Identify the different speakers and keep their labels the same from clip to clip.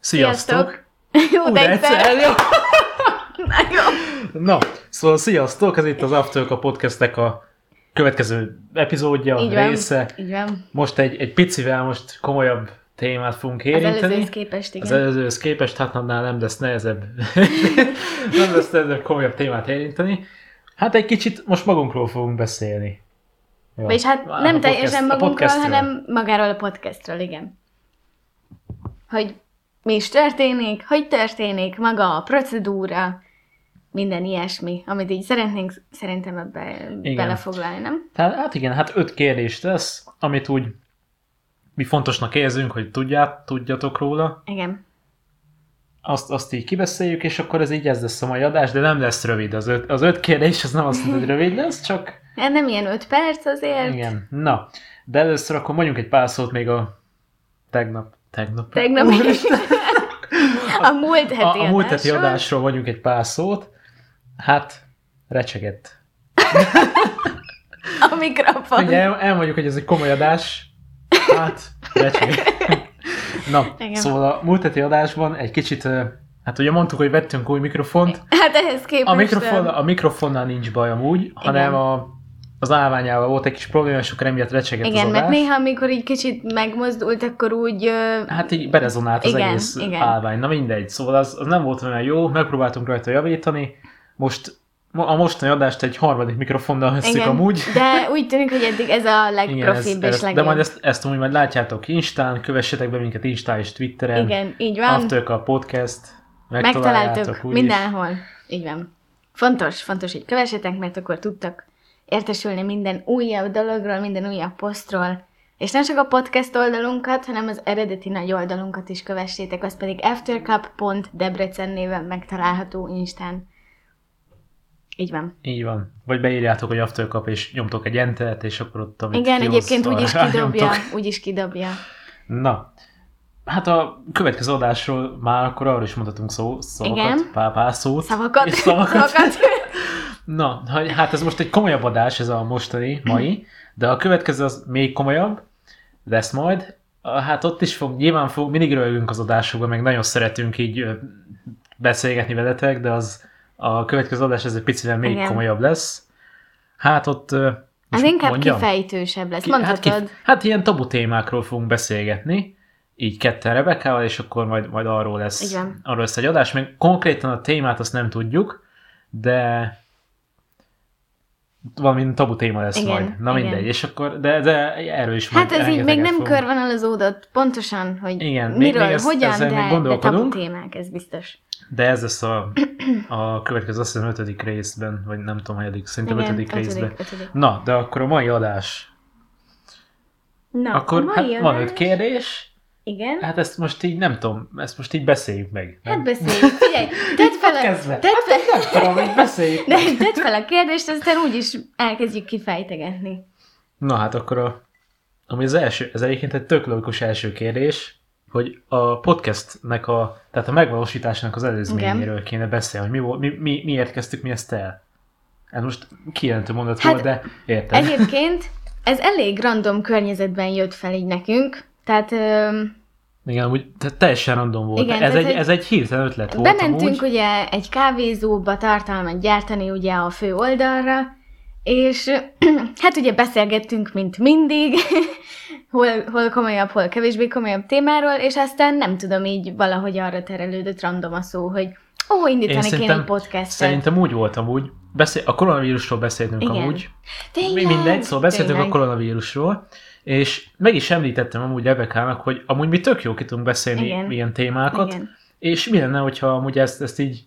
Speaker 1: Sziasztok!
Speaker 2: Jó,
Speaker 1: Ú,
Speaker 2: de
Speaker 1: de
Speaker 2: egyszer.
Speaker 1: egyszer, jó.
Speaker 2: Na jó.
Speaker 1: Na, szóval sziasztok, ez itt az After a podcastnek a következő epizódja,
Speaker 2: Így van.
Speaker 1: része.
Speaker 2: Így van.
Speaker 1: Most egy, egy picivel most komolyabb témát fogunk
Speaker 2: Az
Speaker 1: érinteni.
Speaker 2: előzőhöz képest, igen.
Speaker 1: Az előzőhöz képest, hát annál nem lesz nehezebb, nem lesz nehezebb komolyabb témát érinteni. Hát egy kicsit most magunkról fogunk beszélni. Jó.
Speaker 2: Vagyis hát
Speaker 1: A
Speaker 2: nem
Speaker 1: podcast-
Speaker 2: teljesen
Speaker 1: a
Speaker 2: magunkról,
Speaker 1: podcastről.
Speaker 2: hanem magáról a podcastről, igen. Hogy mi is történik, hogy történik, maga a procedúra, minden ilyesmi, amit így szeretnénk szerintem ebbe
Speaker 1: Igen.
Speaker 2: belefoglalni, nem?
Speaker 1: Tehát, hát igen, hát öt kérdést lesz, amit úgy mi fontosnak érzünk, hogy tudját, tudjatok róla.
Speaker 2: Igen.
Speaker 1: Azt, azt így kibeszéljük, és akkor ez így ez lesz a mai adás, de nem lesz rövid. Az öt, az öt kérdés az nem azt mondja, hogy rövid lesz, csak
Speaker 2: Hát nem ilyen öt perc azért.
Speaker 1: igen. Na, de először akkor mondjunk egy pár szót még a tegnap. Tegnap.
Speaker 2: Tegnap
Speaker 1: Úristen!
Speaker 2: A múlt heti
Speaker 1: a, a múlt heti
Speaker 2: adásról.
Speaker 1: adásról mondjuk egy pár szót. Hát, recsegett.
Speaker 2: A mikrofon.
Speaker 1: Ugye el, elmondjuk, hogy ez egy komoly adás. Hát, recsegett. Na,
Speaker 2: Igen.
Speaker 1: Igen. szóval a múlt heti adásban egy kicsit, ö, hát ugye mondtuk, hogy vettünk új mikrofont.
Speaker 2: Hát ehhez képest...
Speaker 1: A, mikrofon,
Speaker 2: öm,
Speaker 1: a mikrofonnal nincs baj amúgy, hanem a, az állványával volt egy kis probléma, és akkor emiatt recsegett
Speaker 2: Igen,
Speaker 1: az
Speaker 2: mert
Speaker 1: adás.
Speaker 2: néha, amikor így kicsit megmozdult, akkor úgy... ö,
Speaker 1: Hát így berezonált az
Speaker 2: Igen,
Speaker 1: egész
Speaker 2: igen.
Speaker 1: állvány. Na mindegy, szóval az, az nem volt olyan jó, megpróbáltunk rajta javítani. Most mo- a mostani adást egy harmadik mikrofonnal veszük amúgy.
Speaker 2: De úgy tűnik, hogy eddig ez a
Speaker 1: Igen, ez,
Speaker 2: legprofibb és
Speaker 1: ez, de
Speaker 2: legjobb.
Speaker 1: majd ezt, ezt amúgy majd látjátok Instán, kövessetek be minket Instán és Twitteren.
Speaker 2: Igen, így van.
Speaker 1: After a podcast.
Speaker 2: Megtaláltuk
Speaker 1: Megtaláljátok úgyis.
Speaker 2: mindenhol. Így van. Fontos, fontos, hogy kövessetek, mert akkor tudtak értesülni minden újabb dologról, minden újabb posztról. És nem csak a podcast oldalunkat, hanem az eredeti nagy oldalunkat is kövessétek, az pedig aftercup.debrecen néven megtalálható Instán. Így van.
Speaker 1: Így van. Vagy beírjátok, hogy After Cup, és nyomtok egy entert, és akkor ott, amit
Speaker 2: Igen,
Speaker 1: kihoz,
Speaker 2: egyébként úgy is
Speaker 1: arra
Speaker 2: kidobja,
Speaker 1: nyomtok.
Speaker 2: úgy is kidobja.
Speaker 1: Na, hát a következő adásról már akkor arról is mondhatunk szó, szavakat,
Speaker 2: Igen.
Speaker 1: Pár, pár szót.
Speaker 2: Szavakat,
Speaker 1: És szavakat.
Speaker 2: szavakat.
Speaker 1: Na, ha- hát ez most egy komolyabb adás, ez a mostani, mai, de a következő az még komolyabb lesz majd. Ah, Hát ott is fog, nyilván fog, mindig röhögünk az adásokban, meg nagyon szeretünk így ö, beszélgetni veletek, de az a következő adás ez egy picivel még
Speaker 2: Igen.
Speaker 1: komolyabb lesz. Hát ott... ö,
Speaker 2: Az
Speaker 1: most
Speaker 2: inkább
Speaker 1: mondjam?
Speaker 2: kifejtősebb lesz,
Speaker 1: Ki- hát,
Speaker 2: mondhatod.
Speaker 1: kif- hát ilyen tabu témákról fogunk beszélgetni, így ketten Rebekával, és akkor majd, majd arról, lesz,
Speaker 2: Igen.
Speaker 1: arról lesz egy adás. Még konkrétan a témát azt nem tudjuk, de valami tabu téma lesz
Speaker 2: Igen,
Speaker 1: majd. Na
Speaker 2: igen.
Speaker 1: mindegy, és akkor, de, de erről is
Speaker 2: Hát ez így még
Speaker 1: rengeteget
Speaker 2: nem
Speaker 1: fogunk-
Speaker 2: körvonalazódott pontosan, hogy
Speaker 1: Igen, még-
Speaker 2: miről,
Speaker 1: még ezt-
Speaker 2: hogyan,
Speaker 1: ezzel még
Speaker 2: de, de tabu
Speaker 1: gondolkodunk.
Speaker 2: témák, ez biztos.
Speaker 1: De ez lesz a, a következő, azt hiszem, ötödik részben, vagy nem tudom, hanyadik, szerintem
Speaker 2: Igen,
Speaker 1: ötödik részben.
Speaker 2: ötödik.
Speaker 1: Na, de akkor a mai adás.
Speaker 2: Na,
Speaker 1: akkor
Speaker 2: a
Speaker 1: hát
Speaker 2: mai
Speaker 1: van
Speaker 2: adás-
Speaker 1: öt kérdés,
Speaker 2: Igen.
Speaker 1: hát ezt most így nem tudom, ezt most így beszéljük meg. nem?
Speaker 2: Hát beszéljük, figyelj, tedd fel, a,
Speaker 1: Kezdve. Hát
Speaker 2: tedd fel,
Speaker 1: Tudom, így beszéljük.
Speaker 2: de tedd fel a kérdést, aztán úgyis elkezdjük kifejtegetni.
Speaker 1: Na hát akkor a, ami az első, ez egyébként egy tök logikus első kérdés, hogy a podcastnek a, tehát a megvalósításnak az előzményéről kéne beszélni, hogy mi, volt- mi, mi, miért kezdtük mi ezt el. Ez most kijelentő mondat
Speaker 2: Hát,
Speaker 1: volt, de érted.
Speaker 2: Egyébként ez elég random környezetben jött fel így nekünk, tehát... öm,
Speaker 1: Igen, úgy tehát teljesen random volt.
Speaker 2: Igen,
Speaker 1: ez,
Speaker 2: tehát,
Speaker 1: egy,
Speaker 2: hogy
Speaker 1: ez egy hirtelen ötlet volt
Speaker 2: Bementünk
Speaker 1: amúgy.
Speaker 2: ugye egy kávézóba tartalmat gyártani ugye a fő oldalra, és hát ugye beszélgettünk, mint mindig, hol, hol komolyabb, hol kevésbé komolyabb témáról, és aztán nem tudom, így valahogy arra terelődött random a szó, hogy ó, indítani kéne egy podcastet.
Speaker 1: Szerintem úgy volt amúgy. Beszél, a koronavírusról beszéltünk
Speaker 2: Igen.
Speaker 1: amúgy. Mi
Speaker 2: Tényleg?
Speaker 1: mindegy, szóval beszéltünk a
Speaker 2: Tényleg.
Speaker 1: koronavírusról, és meg is említettem amúgy Rebekának, hogy amúgy mi tök jó ki tudunk beszélni
Speaker 2: Igen.
Speaker 1: Igen. ilyen témákat, Igen.
Speaker 2: Igen.
Speaker 1: és mi lenne, hogyha amúgy ezt, ezt így,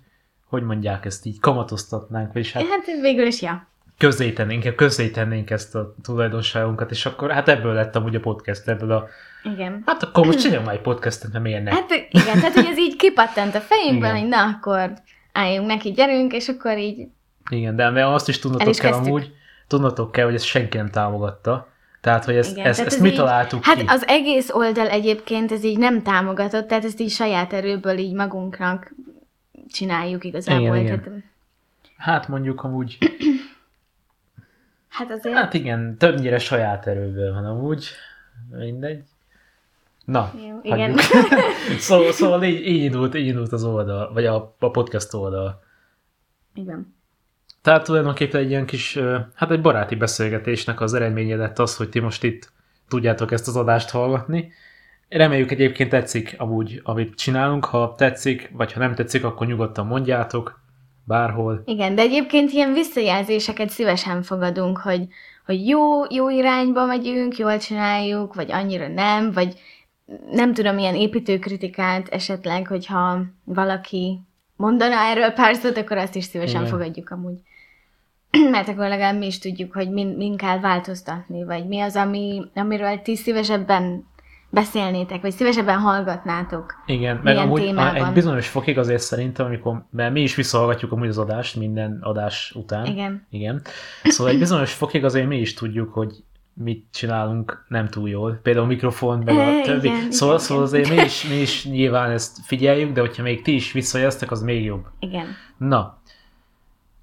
Speaker 1: hogy mondják, ezt így kamatoztatnánk, vagyis hát
Speaker 2: Hát végül is, ja.
Speaker 1: közzétennénk, inkább közzétennénk ezt a tulajdonságunkat, és akkor hát ebből lett amúgy a podcast, ebből a,
Speaker 2: Igen.
Speaker 1: hát akkor most csináljunk már egy podcastet, mert miért ne?
Speaker 2: Hát igen, tehát hogy ez így kipattant a fejünkben,
Speaker 1: Igen.
Speaker 2: hogy na akkor álljunk neki, gyerünk, és akkor így
Speaker 1: Igen, de mert azt is
Speaker 2: El
Speaker 1: tudnotok
Speaker 2: is
Speaker 1: kell
Speaker 2: kezdtük.
Speaker 1: amúgy, tudnotok kell, hogy ezt senki nem támogatta, tehát hogy ezt,
Speaker 2: Igen,
Speaker 1: ezt,
Speaker 2: tehát
Speaker 1: ezt
Speaker 2: ez
Speaker 1: mi
Speaker 2: így-
Speaker 1: találtuk
Speaker 2: Hát
Speaker 1: ki.
Speaker 2: az egész oldal egyébként ez így nem támogatott, tehát ezt így saját erőből így magunknak csináljuk igazából.
Speaker 1: Igen, igen.
Speaker 2: tehát,
Speaker 1: Hát mondjuk amúgy
Speaker 2: Hát azért...
Speaker 1: Hát igen, többnyire saját erőből van amúgy, mindegy. Na,
Speaker 2: Jó, igen.
Speaker 1: hagyjuk. szóval, szóval így, így, indult, így indult az oldal, vagy a, a podcast oldal.
Speaker 2: Igen.
Speaker 1: Tehát tulajdonképpen egy ilyen kis, ö, hát egy baráti beszélgetésnek az eredménye lett az, hogy ti most itt tudjátok ezt az adást hallgatni. Reméljük egyébként tetszik amúgy, amit csinálunk. Ha tetszik, vagy ha nem tetszik, akkor nyugodtan mondjátok, bárhol.
Speaker 2: Igen, de egyébként ilyen visszajelzéseket szívesen fogadunk, hogy, hogy jó, jó irányba megyünk, jól csináljuk, vagy annyira nem, vagy nem tudom, ilyen építőkritikát esetleg, hogyha valaki mondana erről pár szót, akkor azt is szívesen
Speaker 1: Igen.
Speaker 2: Igen. fogadjuk amúgy. Mert akkor legalább mi is tudjuk, hogy min, min kell változtatni, vagy mi az, ami, amiről ti szívesebben beszélnétek, vagy szívesebben hallgatnátok.
Speaker 1: Igen, meg
Speaker 2: Milyen
Speaker 1: amúgy
Speaker 2: témában?
Speaker 1: egy bizonyos fokig azért szerintem, amikor, mert mi is visszahallgatjuk amúgy az adást minden adás után.
Speaker 2: Igen.
Speaker 1: Igen. Szóval egy bizonyos fokig azért mi is tudjuk, hogy mit csinálunk nem túl jól. Például a mikrofon, meg
Speaker 2: E,
Speaker 1: a
Speaker 2: igen,
Speaker 1: többi.
Speaker 2: igen,
Speaker 1: szóval,
Speaker 2: igen.
Speaker 1: szóval azért mi is, mi is nyilván ezt figyeljük, de hogyha még ti is visszajelztek, az még jobb.
Speaker 2: Igen.
Speaker 1: Na.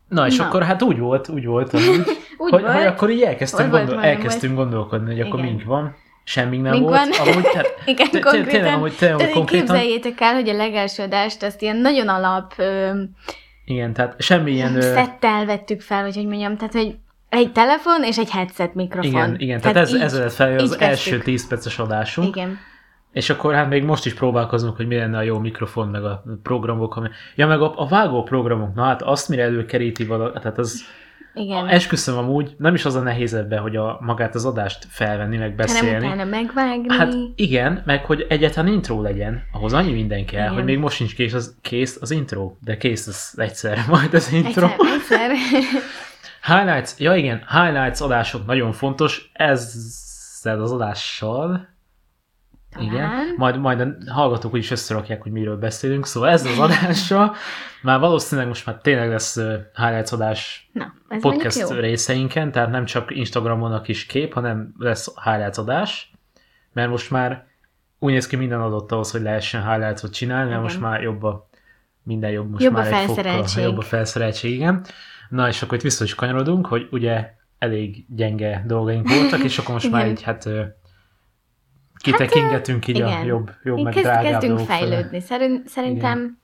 Speaker 1: Na, és
Speaker 2: Na.
Speaker 1: akkor hát úgy volt, úgy volt, amúgy,
Speaker 2: Úgy
Speaker 1: hogy,
Speaker 2: volt.
Speaker 1: hogy akkor így elkezdtünk,
Speaker 2: Hogy volt,
Speaker 1: gondol,
Speaker 2: majdnem
Speaker 1: elkezdtünk gondolkodni, hogy akkor
Speaker 2: Igen.
Speaker 1: mink van, semmink nem
Speaker 2: Mink
Speaker 1: volt.
Speaker 2: van.
Speaker 1: Amúgy, tehát,
Speaker 2: Igen,
Speaker 1: Té- té-
Speaker 2: konkrétan.
Speaker 1: tényleg, amúgy tényleg,
Speaker 2: Tehát így
Speaker 1: konkrétan.
Speaker 2: Képzeljétek el, hogy a legelső adást azt ilyen nagyon alap ö,
Speaker 1: igen, tehát semmilyen... ö,
Speaker 2: szettel vettük fel, vagy hogy mondjam, tehát hogy egy telefon és egy headset mikrofon.
Speaker 1: Igen, igen, tehát, ez,
Speaker 2: így-
Speaker 1: ez lett fel az
Speaker 2: így
Speaker 1: első
Speaker 2: kezdtük.
Speaker 1: 10 perces adásunk, igen.
Speaker 2: Igen,
Speaker 1: és akkor hát még most is próbálkozunk, hogy mi lenne a jó mikrofon, meg a programok, ami... Ja, meg a, a vágó programok, na hát azt mire előkeríti valaki, tehát az,
Speaker 2: igen.
Speaker 1: esküszöm amúgy, nem is az a nehéz ebben, hogy a, magát az adást felvenni, meg
Speaker 2: Hanem
Speaker 1: beszélni.
Speaker 2: utána megvágni.
Speaker 1: Hát igen, meg hogy egyáltalán intro legyen, ahhoz annyi minden kell,
Speaker 2: Igen.
Speaker 1: hogy még most sincs kész az, kész az intro, de kész az egyszer majd az intro.
Speaker 2: egyszer, egyszer.
Speaker 1: Highlights, ja igen, highlights adások nagyon fontos, ezzel az adással,
Speaker 2: Talán.
Speaker 1: igen, majd, majd a hallgatók úgyis összerakják, hogy miről beszélünk, szóval ezzel az adással már valószínűleg most már tényleg lesz ö, highlights adás
Speaker 2: Na, ez
Speaker 1: podcast
Speaker 2: mondjuk jó.
Speaker 1: részeinken, tehát nem csak Instagramon a kis kép, hanem lesz highlights adás, mert most már úgy néz ki minden adott ahhoz, hogy lehessen highlights-ot csinálni, mert
Speaker 2: Igen.
Speaker 1: most már jobb a, minden jobb most
Speaker 2: Jobb a
Speaker 1: már egy
Speaker 2: felszereltség.
Speaker 1: fokkal, jobb a felszereltség, igen. Na és akkor itt vissza is kanyarodunk, hogy ugye elég gyenge dolgaink voltak, és akkor most már
Speaker 2: Igen.
Speaker 1: így hát ö, kitekingetünk így a
Speaker 2: igen.
Speaker 1: jobb, jobb
Speaker 2: Így
Speaker 1: meg
Speaker 2: kezd,
Speaker 1: drágább
Speaker 2: kezdünk
Speaker 1: dolgok felé.
Speaker 2: fejlődni. Szerint, szerintem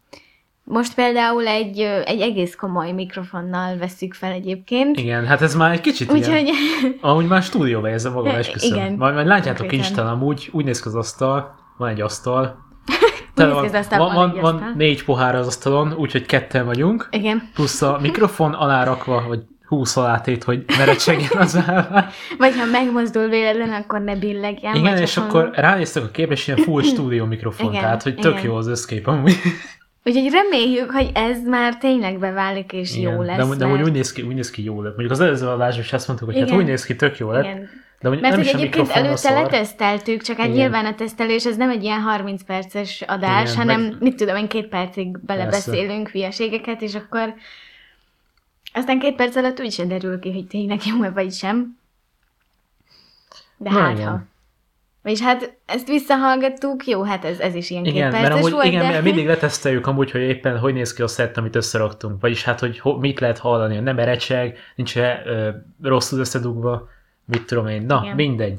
Speaker 2: most például egy, ö, egy egész komoly mikrofonnal veszük fel egyébként.
Speaker 1: Igen, hát ez már egy kicsit ilyen.
Speaker 2: Úgyhogy
Speaker 1: Amúgy már stúdióba érzem magam,
Speaker 2: E,
Speaker 1: esküszöm.
Speaker 2: igen.
Speaker 1: Majd, majd látjátok
Speaker 2: Konkrétan.
Speaker 1: Instán, amúgy úgy néz ki az asztal, van egy asztal.
Speaker 2: néz ki az asztal,
Speaker 1: van,
Speaker 2: van
Speaker 1: van,
Speaker 2: egy
Speaker 1: van
Speaker 2: asztal.
Speaker 1: négy pohár az asztalon, úgyhogy ketten vagyunk,
Speaker 2: igen.
Speaker 1: plusz a mikrofon alá rakva, vagy húsz alátét, hogy ne recsegjen az állás.
Speaker 2: Vagy ha megmozdul véletlen, akkor ne billegjen.
Speaker 1: Igen,
Speaker 2: vagy
Speaker 1: és
Speaker 2: hasonló.
Speaker 1: akkor ránéztek a képre, és ilyen full stúdió mikrofon,
Speaker 2: Igen,
Speaker 1: tehát hogy tök
Speaker 2: igen.
Speaker 1: jó az összkép amúgy.
Speaker 2: Úgyhogy reméljük, hogy ez már tényleg beválik, és
Speaker 1: Igen,
Speaker 2: jó lesz.
Speaker 1: de, amúgy- de amúgy
Speaker 2: mert-
Speaker 1: úgy néz ki, úgy néz ki jól lett. Mondjuk az előző adásban is azt mondtuk, hogy hát
Speaker 2: Igen.
Speaker 1: úgy néz ki, tök jó lett.
Speaker 2: igen.
Speaker 1: De amúgy
Speaker 2: Mert
Speaker 1: nem
Speaker 2: hogy
Speaker 1: is a
Speaker 2: egyébként
Speaker 1: mikrofon a
Speaker 2: előtte
Speaker 1: szar.
Speaker 2: leteszteltük, csak hát
Speaker 1: Igen.
Speaker 2: nyilván a tesztelés ez nem egy ilyen 30 perces adás,
Speaker 1: Igen,
Speaker 2: hanem
Speaker 1: meg-
Speaker 2: mit tudom én, két percig belebeszélünk hülyeségeket, és akkor aztán két perc alatt úgy sem derül ki, hogy tényleg jó-e vagy sem. De
Speaker 1: Na,
Speaker 2: hát
Speaker 1: igen.
Speaker 2: ha. És hát ezt visszahallgattuk, jó, hát ez, ez is ilyen
Speaker 1: Igen,
Speaker 2: két
Speaker 1: mert
Speaker 2: perces
Speaker 1: amúgy,
Speaker 2: volt,
Speaker 1: igen,
Speaker 2: de...
Speaker 1: mert mindig leteszteljük amúgy, hogy éppen hogy néz ki a szett, amit összeraktunk. Vagyis hát, hogy ho, mit lehet hallani, nem erecseg, nincs -e, ö, rosszul összedugva, mit tudom én. Na, igen.
Speaker 2: Igen.
Speaker 1: mindegy.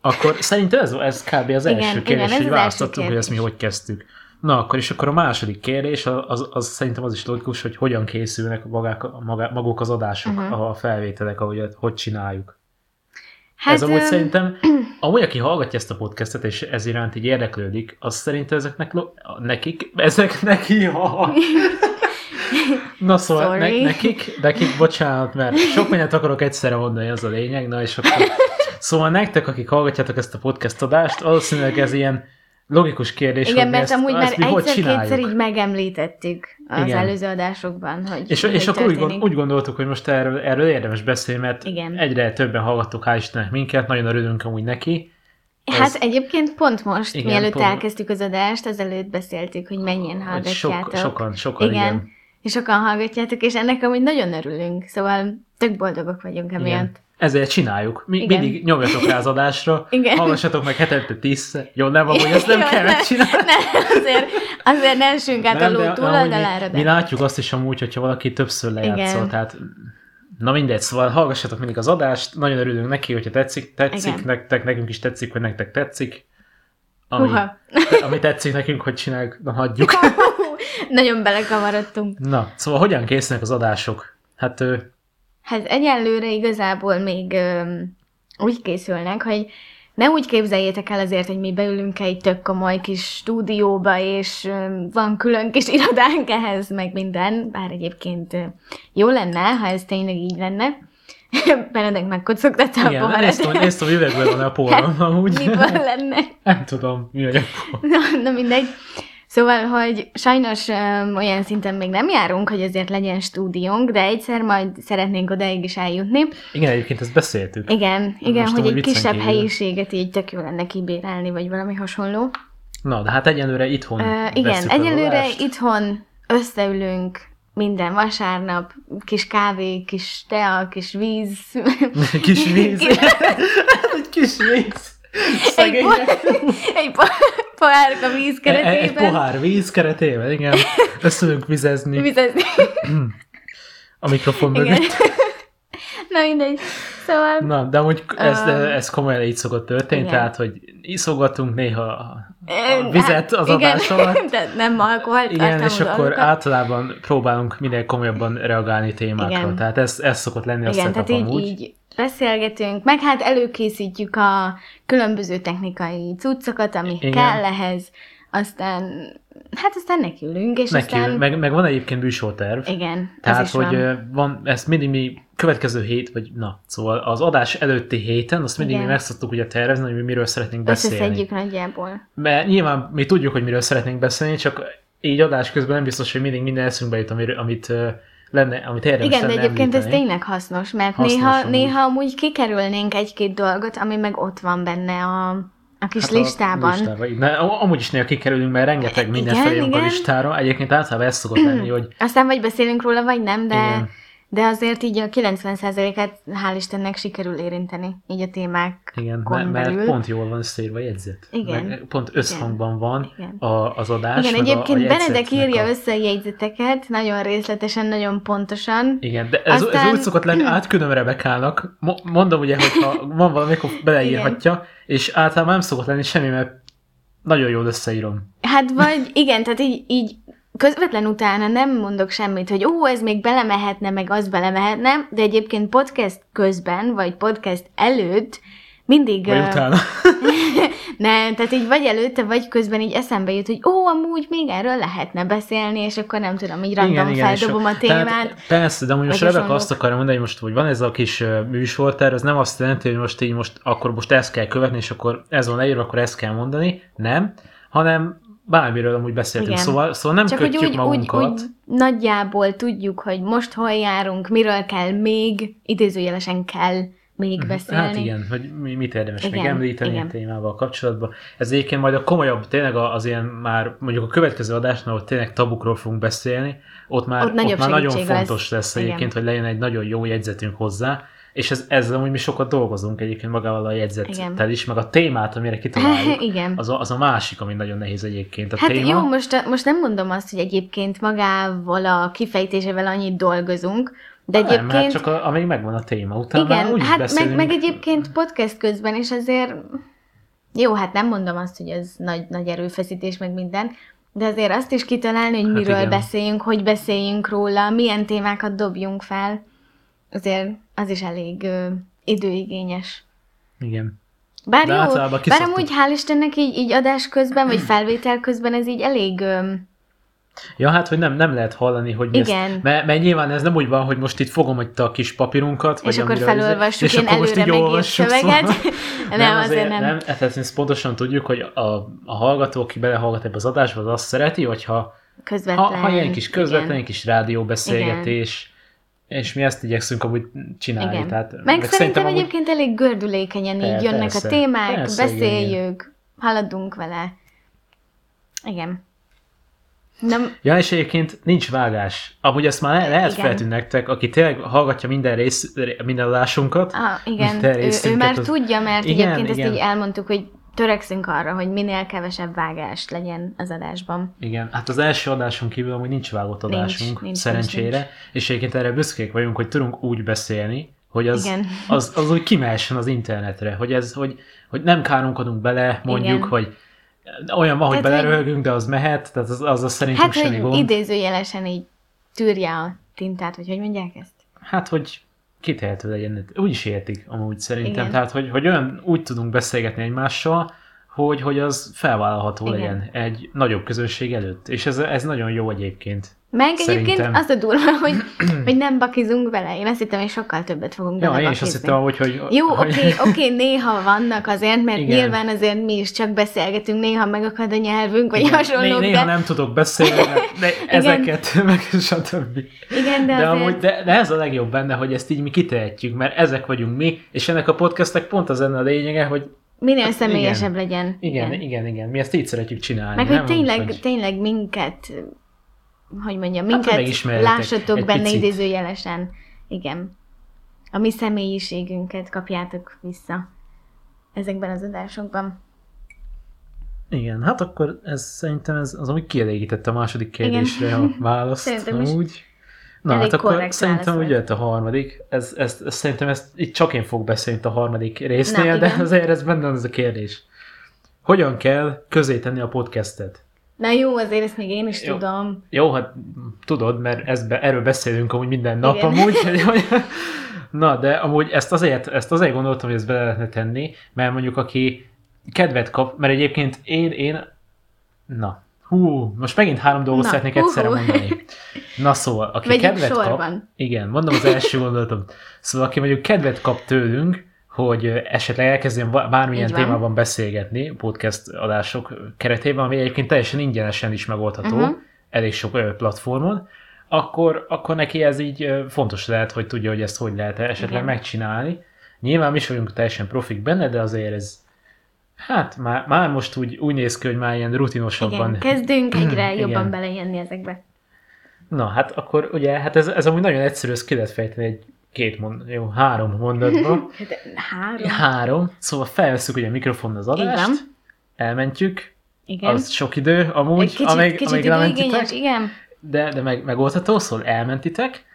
Speaker 1: Akkor szerintem ez, ez kb. az
Speaker 2: Igen,
Speaker 1: első
Speaker 2: igen,
Speaker 1: kérdés, hogy
Speaker 2: ez az első
Speaker 1: választottunk, hogy ezt mi
Speaker 2: kérdés.
Speaker 1: hogy kezdtük. Na, akkor és akkor a második kérdés, az, az, az szerintem az is logikus, hogy hogyan készülnek magák, magá, maguk az adások,
Speaker 2: Mhm.
Speaker 1: uh-huh. a felvételek, ahogy hogy csináljuk. Hát,
Speaker 2: hát,
Speaker 1: ez amúgy
Speaker 2: öm,
Speaker 1: szerintem, amúgy aki hallgatja ezt a podcastet, és ez iránt így érdeklődik, az szerintem ezeknek, lo- nekik, ezeknek, ja. Na szóval, ne,
Speaker 2: Sorry.
Speaker 1: nekik, nekik, bocsánat, mert sok mindent akarok egyszerre mondani, az a lényeg, na és akkor, szóval nektek, akik hallgatjátok ezt a podcast adást, valószínűleg ez ilyen logikus kérdés,
Speaker 2: Igen,
Speaker 1: hogy
Speaker 2: mert
Speaker 1: ezt,
Speaker 2: amúgy már
Speaker 1: ezt mi hogy
Speaker 2: egyszer-kétszer
Speaker 1: csináljuk.
Speaker 2: így megemlítettük az
Speaker 1: Igen.
Speaker 2: előző adásokban, hogy
Speaker 1: És,
Speaker 2: hogy
Speaker 1: és akkor úgy,
Speaker 2: történik.
Speaker 1: gond, úgy gondoltuk, hogy most erről, erről érdemes beszélni, mert
Speaker 2: Igen.
Speaker 1: egyre többen hallgattuk, hál' Istennek minket, nagyon örülünk amúgy neki.
Speaker 2: Hát
Speaker 1: ez-
Speaker 2: egyébként pont most,
Speaker 1: Igen,
Speaker 2: igen, mielőtt
Speaker 1: pont-
Speaker 2: pont... elkezdtük az adást, azelőtt beszéltük, hogy mennyien
Speaker 1: Hogy
Speaker 2: hallgatjátok.
Speaker 1: sokan, sokan, igen.
Speaker 2: igen.
Speaker 1: igen.
Speaker 2: És sokan hallgatjátok, és ennek amúgy nagyon örülünk, szóval tök boldogok vagyunk
Speaker 1: igen.
Speaker 2: emiatt.
Speaker 1: Ezért csináljuk. Mi,
Speaker 2: Igen.
Speaker 1: mindig nyomjatok rá az adásra,
Speaker 2: Igen.
Speaker 1: hallgassatok meg hetente tízszer. Jó, nem, amúgy ezt nem
Speaker 2: Jó,
Speaker 1: kell
Speaker 2: ne-
Speaker 1: megcsinálni.
Speaker 2: Ne, azért, azért ne essünk át a
Speaker 1: Nem,
Speaker 2: ló
Speaker 1: de amúgy
Speaker 2: túloldalára,
Speaker 1: mi, mi
Speaker 2: de...
Speaker 1: látjuk azt is amúgy, hogyha valaki többször lejátszol,
Speaker 2: Igen.
Speaker 1: tehát Na mindegy, szóval hallgassatok mindig az adást, nagyon örülünk neki, hogyha tetszik, tetszik
Speaker 2: Igen.
Speaker 1: nektek, nekünk is tetszik, hogy nektek tetszik. ami,
Speaker 2: Húha.
Speaker 1: ami tetszik nekünk, hogy csináljuk, na hagyjuk.
Speaker 2: Nagyon belekavarodtunk.
Speaker 1: Na, szóval hogyan készülnek az adások? Hát ö,
Speaker 2: Hát egyenlőre igazából még öm, úgy készülnek, hogy ne úgy képzeljétek el azért, hogy mi beülünk egy tök komoly kis stúdióba, és öm, van külön kis irodánk ehhez, meg minden, bár egyébként ö, jó lenne, ha ez tényleg így lenne. Benedek megkocogtatta a Hát,
Speaker 1: igen, néztem,
Speaker 2: poharat.
Speaker 1: néztem, hogy üvegben van a pólam amúgy.
Speaker 2: Miből lenne?
Speaker 1: Nem tudom, mi vagyok.
Speaker 2: Na, na mindegy. Szóval, hogy sajnos öm, olyan szinten még nem járunk, hogy ezért legyen stúdiónk, de egyszer majd szeretnénk odáig is eljutni.
Speaker 1: Igen, egyébként ezt beszéltük.
Speaker 2: Igen, igen,
Speaker 1: most
Speaker 2: hogy
Speaker 1: amúgy
Speaker 2: egy
Speaker 1: viccen
Speaker 2: kisebb
Speaker 1: kívül.
Speaker 2: helyiséget így tök jó lenne kibérelni, vagy valami hasonló.
Speaker 1: Na, de hát egyenlőre itthon
Speaker 2: Ö,
Speaker 1: uh,
Speaker 2: igen, egyelőre itthon összeülünk minden vasárnap, kis kávé, kis tea, kis víz,
Speaker 1: Kis víz. Hát, Egy kis víz.
Speaker 2: egy, po-
Speaker 1: Szegények.
Speaker 2: egy po- pohárka víz
Speaker 1: E- e- Egy
Speaker 2: keretében.
Speaker 1: pohár víz keretében, igen. Összülünk vizezni
Speaker 2: Vizezni.
Speaker 1: a mikrofon
Speaker 2: Igen.
Speaker 1: mögött.
Speaker 2: Na mindegy. Szóval
Speaker 1: Na, de amúgy ez,
Speaker 2: Öm.
Speaker 1: ez komolyan így szokott történni,
Speaker 2: Igen. Hát,
Speaker 1: tehát, hogy iszogatunk néha a-
Speaker 2: Ö,
Speaker 1: a vizet az
Speaker 2: igen,
Speaker 1: adás alatt.
Speaker 2: Tehát nem alkoholt
Speaker 1: Igen, és
Speaker 2: tartalmú
Speaker 1: akkor
Speaker 2: dolgokat.
Speaker 1: általában próbálunk minél komolyabban reagálni témákra. Igen.
Speaker 2: Igen.
Speaker 1: Tehát ez, ez szokott lenni a
Speaker 2: Igen,
Speaker 1: setup
Speaker 2: tehát így,
Speaker 1: amúgy.
Speaker 2: így beszélgetünk, meg hát előkészítjük a különböző technikai cuccokat, ami
Speaker 1: Igen.
Speaker 2: Igen. kell ehhez, aztán, hát aztán nekiülünk, és
Speaker 1: Neki,
Speaker 2: aztán...
Speaker 1: meg, meg van egyébként műsorterv.
Speaker 2: Igen, az
Speaker 1: Tehát,
Speaker 2: is
Speaker 1: hogy
Speaker 2: van.
Speaker 1: van. van, ezt mindig mi következő hét, vagy na, szóval az adás előtti héten, azt mindig Igen.
Speaker 2: Igen.
Speaker 1: mi meg szoktuk ugye tervezni, hogy mi miről szeretnénk beszélni.
Speaker 2: Összeszedjük nagyjából.
Speaker 1: Mert nyilván mi tudjuk, hogy miről szeretnénk beszélni, csak így adás közben nem biztos, hogy mindig minden eszünkbe jut, amit, amit ö, lenne, amit erre
Speaker 2: Igen, de egyébként ez
Speaker 1: említeni.
Speaker 2: tényleg hasznos, mert
Speaker 1: Hasznos
Speaker 2: néha,
Speaker 1: amúgy.
Speaker 2: néha amúgy kikerülnénk egy-két dolgot, ami meg ott van benne a, a kis
Speaker 1: Hát a
Speaker 2: listában. E,
Speaker 1: listában. így. Ne, amúgy is néha kikerülünk, mert rengeteg minden
Speaker 2: Igen,
Speaker 1: feljön a
Speaker 2: igen.
Speaker 1: listára. Egyébként általában ez szokott lenni, hogy
Speaker 2: Aztán vagy beszélünk róla, vagy nem, de
Speaker 1: Igen.
Speaker 2: de azért így a 90%-át hál' Istennek sikerül érinteni, így a témák.
Speaker 1: igen,
Speaker 2: kon
Speaker 1: mert, mert
Speaker 2: belül.
Speaker 1: pont jól van összeírva a jegyzet.
Speaker 2: Igen.
Speaker 1: Meg pont összhangban van
Speaker 2: Igen.
Speaker 1: A, az adás.
Speaker 2: Igen,
Speaker 1: meg a-
Speaker 2: egyébként
Speaker 1: a
Speaker 2: Benedek
Speaker 1: jegyzetnek
Speaker 2: írja
Speaker 1: a...
Speaker 2: össze a jegyzeteket, nagyon részletesen, nagyon pontosan.
Speaker 1: Igen, de ez, Aztán... ez
Speaker 2: Aztán-
Speaker 1: úgy szokott lenni, átküldöm Rebekának, Mo- mondom ugye, hogyha van valami, akkor beleírhatja, és általában nem szokott lenni semmi, mert nagyon jól összeírom.
Speaker 2: Hát vagy, igen, tehát így, így közvetlen utána nem mondok semmit, hogy ó, ez még belemehetne, meg az belemehetne, de egyébként podcast közben, vagy podcast előtt mindig...
Speaker 1: Vagy
Speaker 2: ö,
Speaker 1: utána.
Speaker 2: Nem, tehát így vagy előtte, vagy közben így eszembe jut, hogy ó, amúgy még erről lehetne beszélni, és akkor nem tudom, így random
Speaker 1: és
Speaker 2: feldobom a témát.
Speaker 1: Tehát, persze, de amúgy most
Speaker 2: vagy
Speaker 1: Rebeka
Speaker 2: hasonlók.
Speaker 1: azt akarja mondani, hogy most hogy van ez a kis ö, műsorterv, ez nem azt jelenti, hogy most így most, akkor most ezt kell követni, és akkor ez van leírva, akkor ezt kell mondani. Nem, hanem bármiről amúgy beszéltünk.
Speaker 2: Igen.
Speaker 1: Szóval, szóval nem
Speaker 2: Csak hogy
Speaker 1: kötjük
Speaker 2: úgy, úgy,
Speaker 1: magunkat.
Speaker 2: úgy nagyjából tudjuk, hogy most hol járunk, miről kell még, idézőjelesen kell még beszélni.
Speaker 1: Hát igen, hogy mi, mit érdemes igen, még
Speaker 2: Igen,
Speaker 1: említeni igen.
Speaker 2: igen.
Speaker 1: a témával kapcsolatban. Ez egyébként majd a komolyabb, tényleg a- az ilyen már mondjuk a következő adásnál, ahol tényleg tabukról fogunk beszélni, ott már,
Speaker 2: Ott
Speaker 1: ott
Speaker 2: nagyobb
Speaker 1: már nagyon
Speaker 2: segítség lesz.
Speaker 1: fontos lesz
Speaker 2: Igen.
Speaker 1: egyébként, hogy legyen egy nagyon jó jegyzetünk hozzá, és ez, ezzel amúgy mi sokat dolgozunk egyébként magával a jegyzettel
Speaker 2: Igen.
Speaker 1: is, meg a témát, amire kitaláljuk.
Speaker 2: Igen.
Speaker 1: Az a, az a másik, ami nagyon nehéz egyébként. A
Speaker 2: Hát
Speaker 1: téma.
Speaker 2: jó, most, most nem mondom azt, hogy egyébként magával a kifejtésével annyit dolgozunk, de
Speaker 1: nem,
Speaker 2: egyébként...
Speaker 1: hát csak a, amíg megvan a téma, utána már úgy
Speaker 2: igen,
Speaker 1: is
Speaker 2: hát meg,
Speaker 1: beszélünk.
Speaker 2: meg egyébként podcast közben, és azért jó, hát nem mondom azt, hogy ez nagy, nagy erőfeszítés, meg minden, de azért azt is kitalálni, hogy
Speaker 1: Hát
Speaker 2: miről
Speaker 1: igen.
Speaker 2: hát beszéljünk, hogy beszéljünk róla, milyen témákat dobjunk fel, azért az is elég ö, időigényes.
Speaker 1: Igen.
Speaker 2: Bár
Speaker 1: De
Speaker 2: jó,
Speaker 1: általában
Speaker 2: bár
Speaker 1: kiszoktuk. Mm.
Speaker 2: amúgy hál' Istennek így, így adás közben, vagy felvétel közben ez így elég... Ö,
Speaker 1: Ja, hát, hogy nem, nem lehet hallani, hogy mi
Speaker 2: Igen.
Speaker 1: Ezt, mert, mert nyilván ez nem úgy van, hogy most itt fogom itt a kis papírunkat,
Speaker 2: És akkor
Speaker 1: amiről-
Speaker 2: felolvassuk, én
Speaker 1: akkor most
Speaker 2: előre
Speaker 1: így
Speaker 2: megírt
Speaker 1: olvassuk, szóval-
Speaker 2: szöveget. Nem, azért nem.
Speaker 1: nem. Hát ezt ezt pontosan tudjuk, hogy a, a hallgató, aki belehallgat ebbe az adásba, az azt szereti, hogyha ha,
Speaker 2: közvetlen.
Speaker 1: ha ilyen kis közvetlen,
Speaker 2: Hát igen.
Speaker 1: ilyen kis rádióbeszélgetés, és mi ezt igyekszünk amúgy csinálni.
Speaker 2: Igen.
Speaker 1: Tehát,
Speaker 2: Meg, meg szerintem
Speaker 1: amúgy-
Speaker 2: egyébként elég gördülékenyen így
Speaker 1: Per-
Speaker 2: jönnek
Speaker 1: persze.
Speaker 2: a témák,
Speaker 1: Persze,
Speaker 2: persze,
Speaker 1: igen,
Speaker 2: beszéljük, haladunk vele. Igen. Nem,
Speaker 1: Ja, és egyébként nincs vágás. Amúgy ezt már le- lehet
Speaker 2: Igen.
Speaker 1: feltűnni nektek, aki tényleg hallgatja minden rész, minden adásunkat,
Speaker 2: á,
Speaker 1: Mint
Speaker 2: igen,
Speaker 1: te
Speaker 2: ő, ő
Speaker 1: részünket
Speaker 2: már
Speaker 1: az-
Speaker 2: az... tudja, mert
Speaker 1: Igen,
Speaker 2: igen, egyébként
Speaker 1: igen.
Speaker 2: ezt így elmondtuk, hogy törekszünk arra, hogy minél kevesebb vágás legyen az adásban.
Speaker 1: Igen, hát az első adáson kívül amúgy nincs vágott
Speaker 2: Nincs,
Speaker 1: adásunk, nincs,
Speaker 2: nincs,
Speaker 1: szerencsére,
Speaker 2: nincs,
Speaker 1: nincs. és egyébként erre büszkék vagyunk, hogy tudunk úgy beszélni, hogy az,
Speaker 2: Igen.
Speaker 1: az, az úgy kimehessen az internetre, hogy ez, hogy, hogy nem kárunkodunk bele, mondjuk,
Speaker 2: Igen.
Speaker 1: hogy Olyan van, hogy
Speaker 2: Tehát, hogy-
Speaker 1: beleröhögünk, de az mehet, tehát az, az, az szerintem
Speaker 2: Hát,
Speaker 1: semmi
Speaker 2: hogy
Speaker 1: gond.
Speaker 2: idézőjelesen így tűrje a tintát, vagy hogy mondják ezt?
Speaker 1: Hát, hogy kitehető legyen. Úgy is értik, amúgy szerintem.
Speaker 2: Igen.
Speaker 1: Igen. Tehát, hogy, hogy olyan úgy tudunk beszélgetni egymással, hogy, hogy az felvállalható
Speaker 2: Igen.
Speaker 1: Igen. legyen egy nagyobb közönség előtt. És ez, ez nagyon jó egyébként.
Speaker 2: Meg egyébként
Speaker 1: Szerintem.
Speaker 2: az a durva, hogy, hogy nem bakizunk bele. Én azt hittem, hogy sokkal többet fogunk
Speaker 1: Ja,
Speaker 2: bele
Speaker 1: én is azt hittem, hogy... hogy
Speaker 2: Jó,
Speaker 1: hogy...
Speaker 2: oké, okay, oké, okay, néha vannak azért, mert Igen.
Speaker 1: Igen.
Speaker 2: nyilván azért mi is csak beszélgetünk, néha megakad a nyelvünk, vagy
Speaker 1: Igen, né-
Speaker 2: hasonlók, de...
Speaker 1: Néha nem tudok beszélni, mert de ezeket, meg stb.
Speaker 2: Igen, de,
Speaker 1: De,
Speaker 2: azért...
Speaker 1: amúgy, de, de ez a legjobb benne, hogy ezt így mi kitehetjük, mert ezek vagyunk mi, és ennek a podcastnek pont az lenne a lényege, hogy
Speaker 2: Minél
Speaker 1: Hát
Speaker 2: személyesebb legyen.
Speaker 1: igen, igen, igen, igen mi ezt így szeretjük csinálni.
Speaker 2: Meg hogy
Speaker 1: nem?
Speaker 2: tényleg,
Speaker 1: Hogy-
Speaker 2: tényleg minket, hogy mondjam,
Speaker 1: hogy
Speaker 2: minket hát,
Speaker 1: megismerjetek
Speaker 2: lássatok
Speaker 1: egy
Speaker 2: benne
Speaker 1: picit.
Speaker 2: idézőjelesen. Igen. A mi személyiségünket kapjátok vissza ezekben az adásokban.
Speaker 1: Igen, hát akkor ez szerintem ez az, ami kielégítette a második kérdésre
Speaker 2: Igen.
Speaker 1: a választ.
Speaker 2: Szerintem is.
Speaker 1: Úgy. Na
Speaker 2: Elég
Speaker 1: hát akkor
Speaker 2: korrekt
Speaker 1: szerintem
Speaker 2: válasz
Speaker 1: úgy
Speaker 2: volt.
Speaker 1: jött a harmadik. Ez, ez, ez, szerintem ezt itt csak én fogok beszélni itt a harmadik résznél,
Speaker 2: Na,
Speaker 1: de
Speaker 2: igen.
Speaker 1: azért ez benne van ez a kérdés. Hogyan kell közé tenni a podcastet?
Speaker 2: Na jó, azért ezt még én is
Speaker 1: Jó.
Speaker 2: tudom.
Speaker 1: Jó, hát tudod, mert ez be, erről beszélünk amúgy minden nap
Speaker 2: Igen.
Speaker 1: Igen. amúgy. hogy- hogy- Na, de amúgy ezt azért, ezt azért gondoltam, hogy ezt bele lehetne tenni, mert mondjuk aki kedvet kap, mert egyébként én, én, na, hú, most megint három dolgot
Speaker 2: Na,
Speaker 1: szeretnék egyszerre
Speaker 2: hú-hú.
Speaker 1: mondani. Na szóval, aki
Speaker 2: Vegyük
Speaker 1: kedvet kap,
Speaker 2: sorban.
Speaker 1: igen, mondom az első gondolatom. Szóval aki mondjuk kedvet kap tőlünk, hogy ö, esetleg elkezdjen va- bármilyen
Speaker 2: Így van.
Speaker 1: témában beszélgetni podcast adások keretében, ami egyébként teljesen ingyenesen is megoldható,
Speaker 2: Mhm.
Speaker 1: uh-huh. elég sok ö, platformon, akkor, akkor neki ez így ö, fontos lehet, hogy tudja, hogy ezt hogy lehet esetleg
Speaker 2: Igen.
Speaker 1: Igen. megcsinálni. Nyilván mi is vagyunk teljesen profik benne, de azért ez hát már, már most úgy, úgy néz ki, hogy már ilyen rutinosabban
Speaker 2: Igen, kezdünk egyre
Speaker 1: Igen.
Speaker 2: jobban belejönni ezekbe.
Speaker 1: Na, hát akkor ugye, hát ez, ez amúgy nagyon egyszerű, ezt ki lehet fejteni egy két mond, jó, három mondatban.
Speaker 2: Hát, Három.
Speaker 1: három, szóval felveszünk ugye a mikrofonon az adást,
Speaker 2: van.
Speaker 1: elmentjük,
Speaker 2: Igen.
Speaker 1: Igen. az sok idő amúgy,
Speaker 2: Egy kicsit,
Speaker 1: amíg,
Speaker 2: kicsit
Speaker 1: amíg
Speaker 2: időigényes,
Speaker 1: lementitek,
Speaker 2: igen.
Speaker 1: de, de meg, megoldható, szóval elmentitek.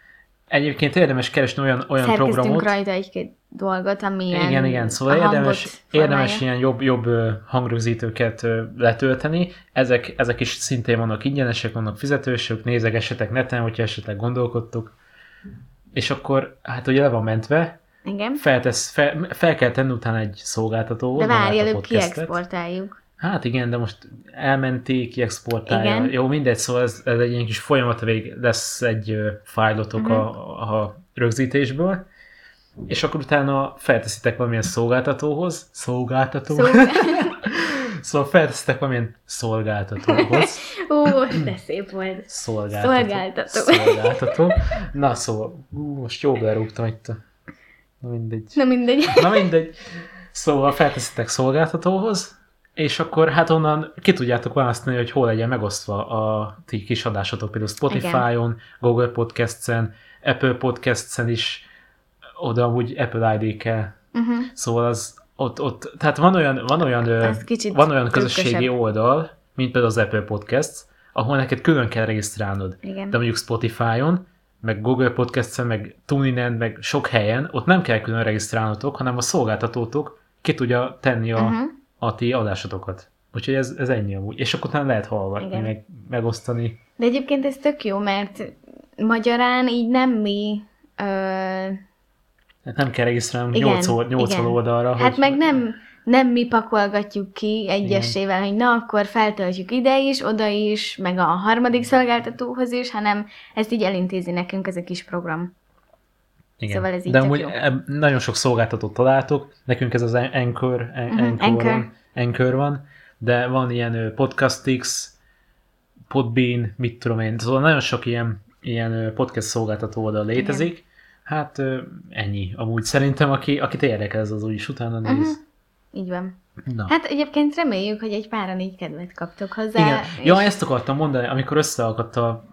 Speaker 1: Egyébként érdemes keresni olyan, olyan
Speaker 2: Szerkesztünk
Speaker 1: programot,
Speaker 2: rajta egy-két dolgot, ami ilyen
Speaker 1: igen, igen, szóval
Speaker 2: a hangot
Speaker 1: érdemes,
Speaker 2: formálja.
Speaker 1: érdemes ilyen jobb, jobb ö, hangrögzítőket ö, letölteni. Ezek, ezek is szintén vannak ingyenesek, vannak fizetősök, nézegessetek neten, hogyha esetleg gondolkodtok. És akkor, hát ugye le van mentve,
Speaker 2: Igen.
Speaker 1: feltesz, fel, fel kell tenni utána egy szolgáltatóhoz.
Speaker 2: De várj,
Speaker 1: magát a
Speaker 2: előbb
Speaker 1: podcastet.
Speaker 2: kiexportáljuk.
Speaker 1: Hát igen, de most elmenti, kiexportálja.
Speaker 2: Igen.
Speaker 1: Igen. Jó, mindegy, szóval ez, ez egy ilyen kis folyamat, vég lesz egy ö, fájlotok
Speaker 2: Mhm.
Speaker 1: uh-huh. a, a rögzítésből, és akkor utána felteszitek valamilyen szolgáltatóhoz, szolgáltató,
Speaker 2: Szó...
Speaker 1: szóval, szóval felteszitek valamilyen szolgáltatóhoz,
Speaker 2: Ó, de szép volt.
Speaker 1: szolgáltató,
Speaker 2: Szolgáltató.
Speaker 1: szolgáltató. Na szóval, ú, most jól berúgtam itt a... Na mindegy.
Speaker 2: Na mindegy.
Speaker 1: Na mindegy. Szóval felteszitek szolgáltatóhoz, és akkor hát onnan ki tudjátok választani, hogy hol legyen megosztva a ti kis adásotok, például Spotify-on, Google Podcasts-en, Apple Podcasts-en is, oda amúgy Apple ID kell.
Speaker 2: Uh-huh.
Speaker 1: Szóval az ott, ott tehát van olyan, van olyan, ö,
Speaker 2: Az kicsit
Speaker 1: van olyan
Speaker 2: trükkösebb.
Speaker 1: közösségi oldal, mint például az Apple Podcasts, ahol neked külön kell regisztrálnod
Speaker 2: Igen.
Speaker 1: de mondjuk Spotify-on, meg Google Podcast-en, meg TuneIn-en, meg sok helyen, ott nem kell külön regisztrálnotok, hanem a szolgáltatótok ki tudja tenni a,
Speaker 2: Uh-huh.
Speaker 1: uh-huh. a ti adásotokat. Úgyhogy ez, ez ennyi amúgy. És akkor utána lehet hallgatni,
Speaker 2: Igen.
Speaker 1: meg, megosztani.
Speaker 2: De egyébként ez tök jó, mert magyarán így nem mi... Ö...
Speaker 1: Hát nem kell regisztrálnunk
Speaker 2: Igen,
Speaker 1: 80, 80
Speaker 2: igen.
Speaker 1: oldalra.
Speaker 2: Hát meg nem, nem mi pakolgatjuk ki egyesével, hogy na, akkor feltöltjük ide is, oda is, meg a harmadik szolgáltatóhoz is, hanem ezt így elintézi nekünk ez a kis program.
Speaker 1: Igen.
Speaker 2: Szóval ez így
Speaker 1: De
Speaker 2: tök
Speaker 1: amúgy
Speaker 2: jó.
Speaker 1: eb- nagyon sok szolgáltatót találtok, nekünk ez az An- Anchor,
Speaker 2: Mhm,
Speaker 1: uh-huh. Anchor,
Speaker 2: Anchor.
Speaker 1: Anchor. Anchor van, de van ilyen ö, Podcastix, Podbean, mit tudom én, szóval nagyon sok ilyen, ilyen ö, podcast szolgáltató oldal létezik. Igen. Hát ö, ennyi. Amúgy szerintem, aki, akit érdekel ez az úgyis utána néz.
Speaker 2: Mhm. Így van.
Speaker 1: Na.
Speaker 2: Hát egyébként reméljük, hogy egy páran így kedvet kaptok hozzá.
Speaker 1: Igen.
Speaker 2: és-
Speaker 1: Ja, ezt akartam mondani, amikor összeakadt a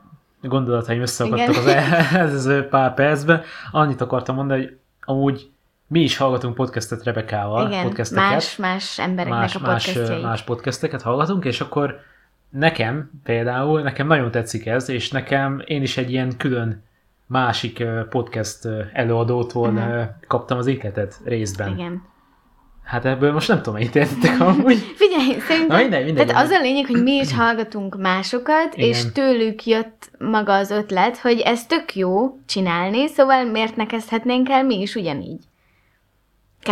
Speaker 1: gondolataim összeakadtak az
Speaker 2: Igen.
Speaker 1: előző pár percben, annyit akartam mondani, hogy amúgy mi is hallgatunk podcastet Rebekával,
Speaker 2: Igen,
Speaker 1: podcasteket,
Speaker 2: más, más embereknek
Speaker 1: más,
Speaker 2: a
Speaker 1: más,
Speaker 2: podcastjai.
Speaker 1: más podcasteket hallgatunk, és akkor nekem például, nekem nagyon tetszik ez, és nekem én is egy ilyen külön másik ö, podcast ö, előadótól
Speaker 2: Mhm.
Speaker 1: uh-huh. kaptam az ihletet részben.
Speaker 2: Igen.
Speaker 1: Hát ebből most nem tudom, mennyit értettek amúgy.
Speaker 2: Figyelj, szerintem...
Speaker 1: Na mindegy, mindegy.
Speaker 2: Tehát az a lényeg, hogy mi is hallgatunk másokat,
Speaker 1: Igen.
Speaker 2: és tőlük jött maga az ötlet, hogy ez tök jó csinálni, szóval miért ne kezdhetnénk el mi is ugyanígy?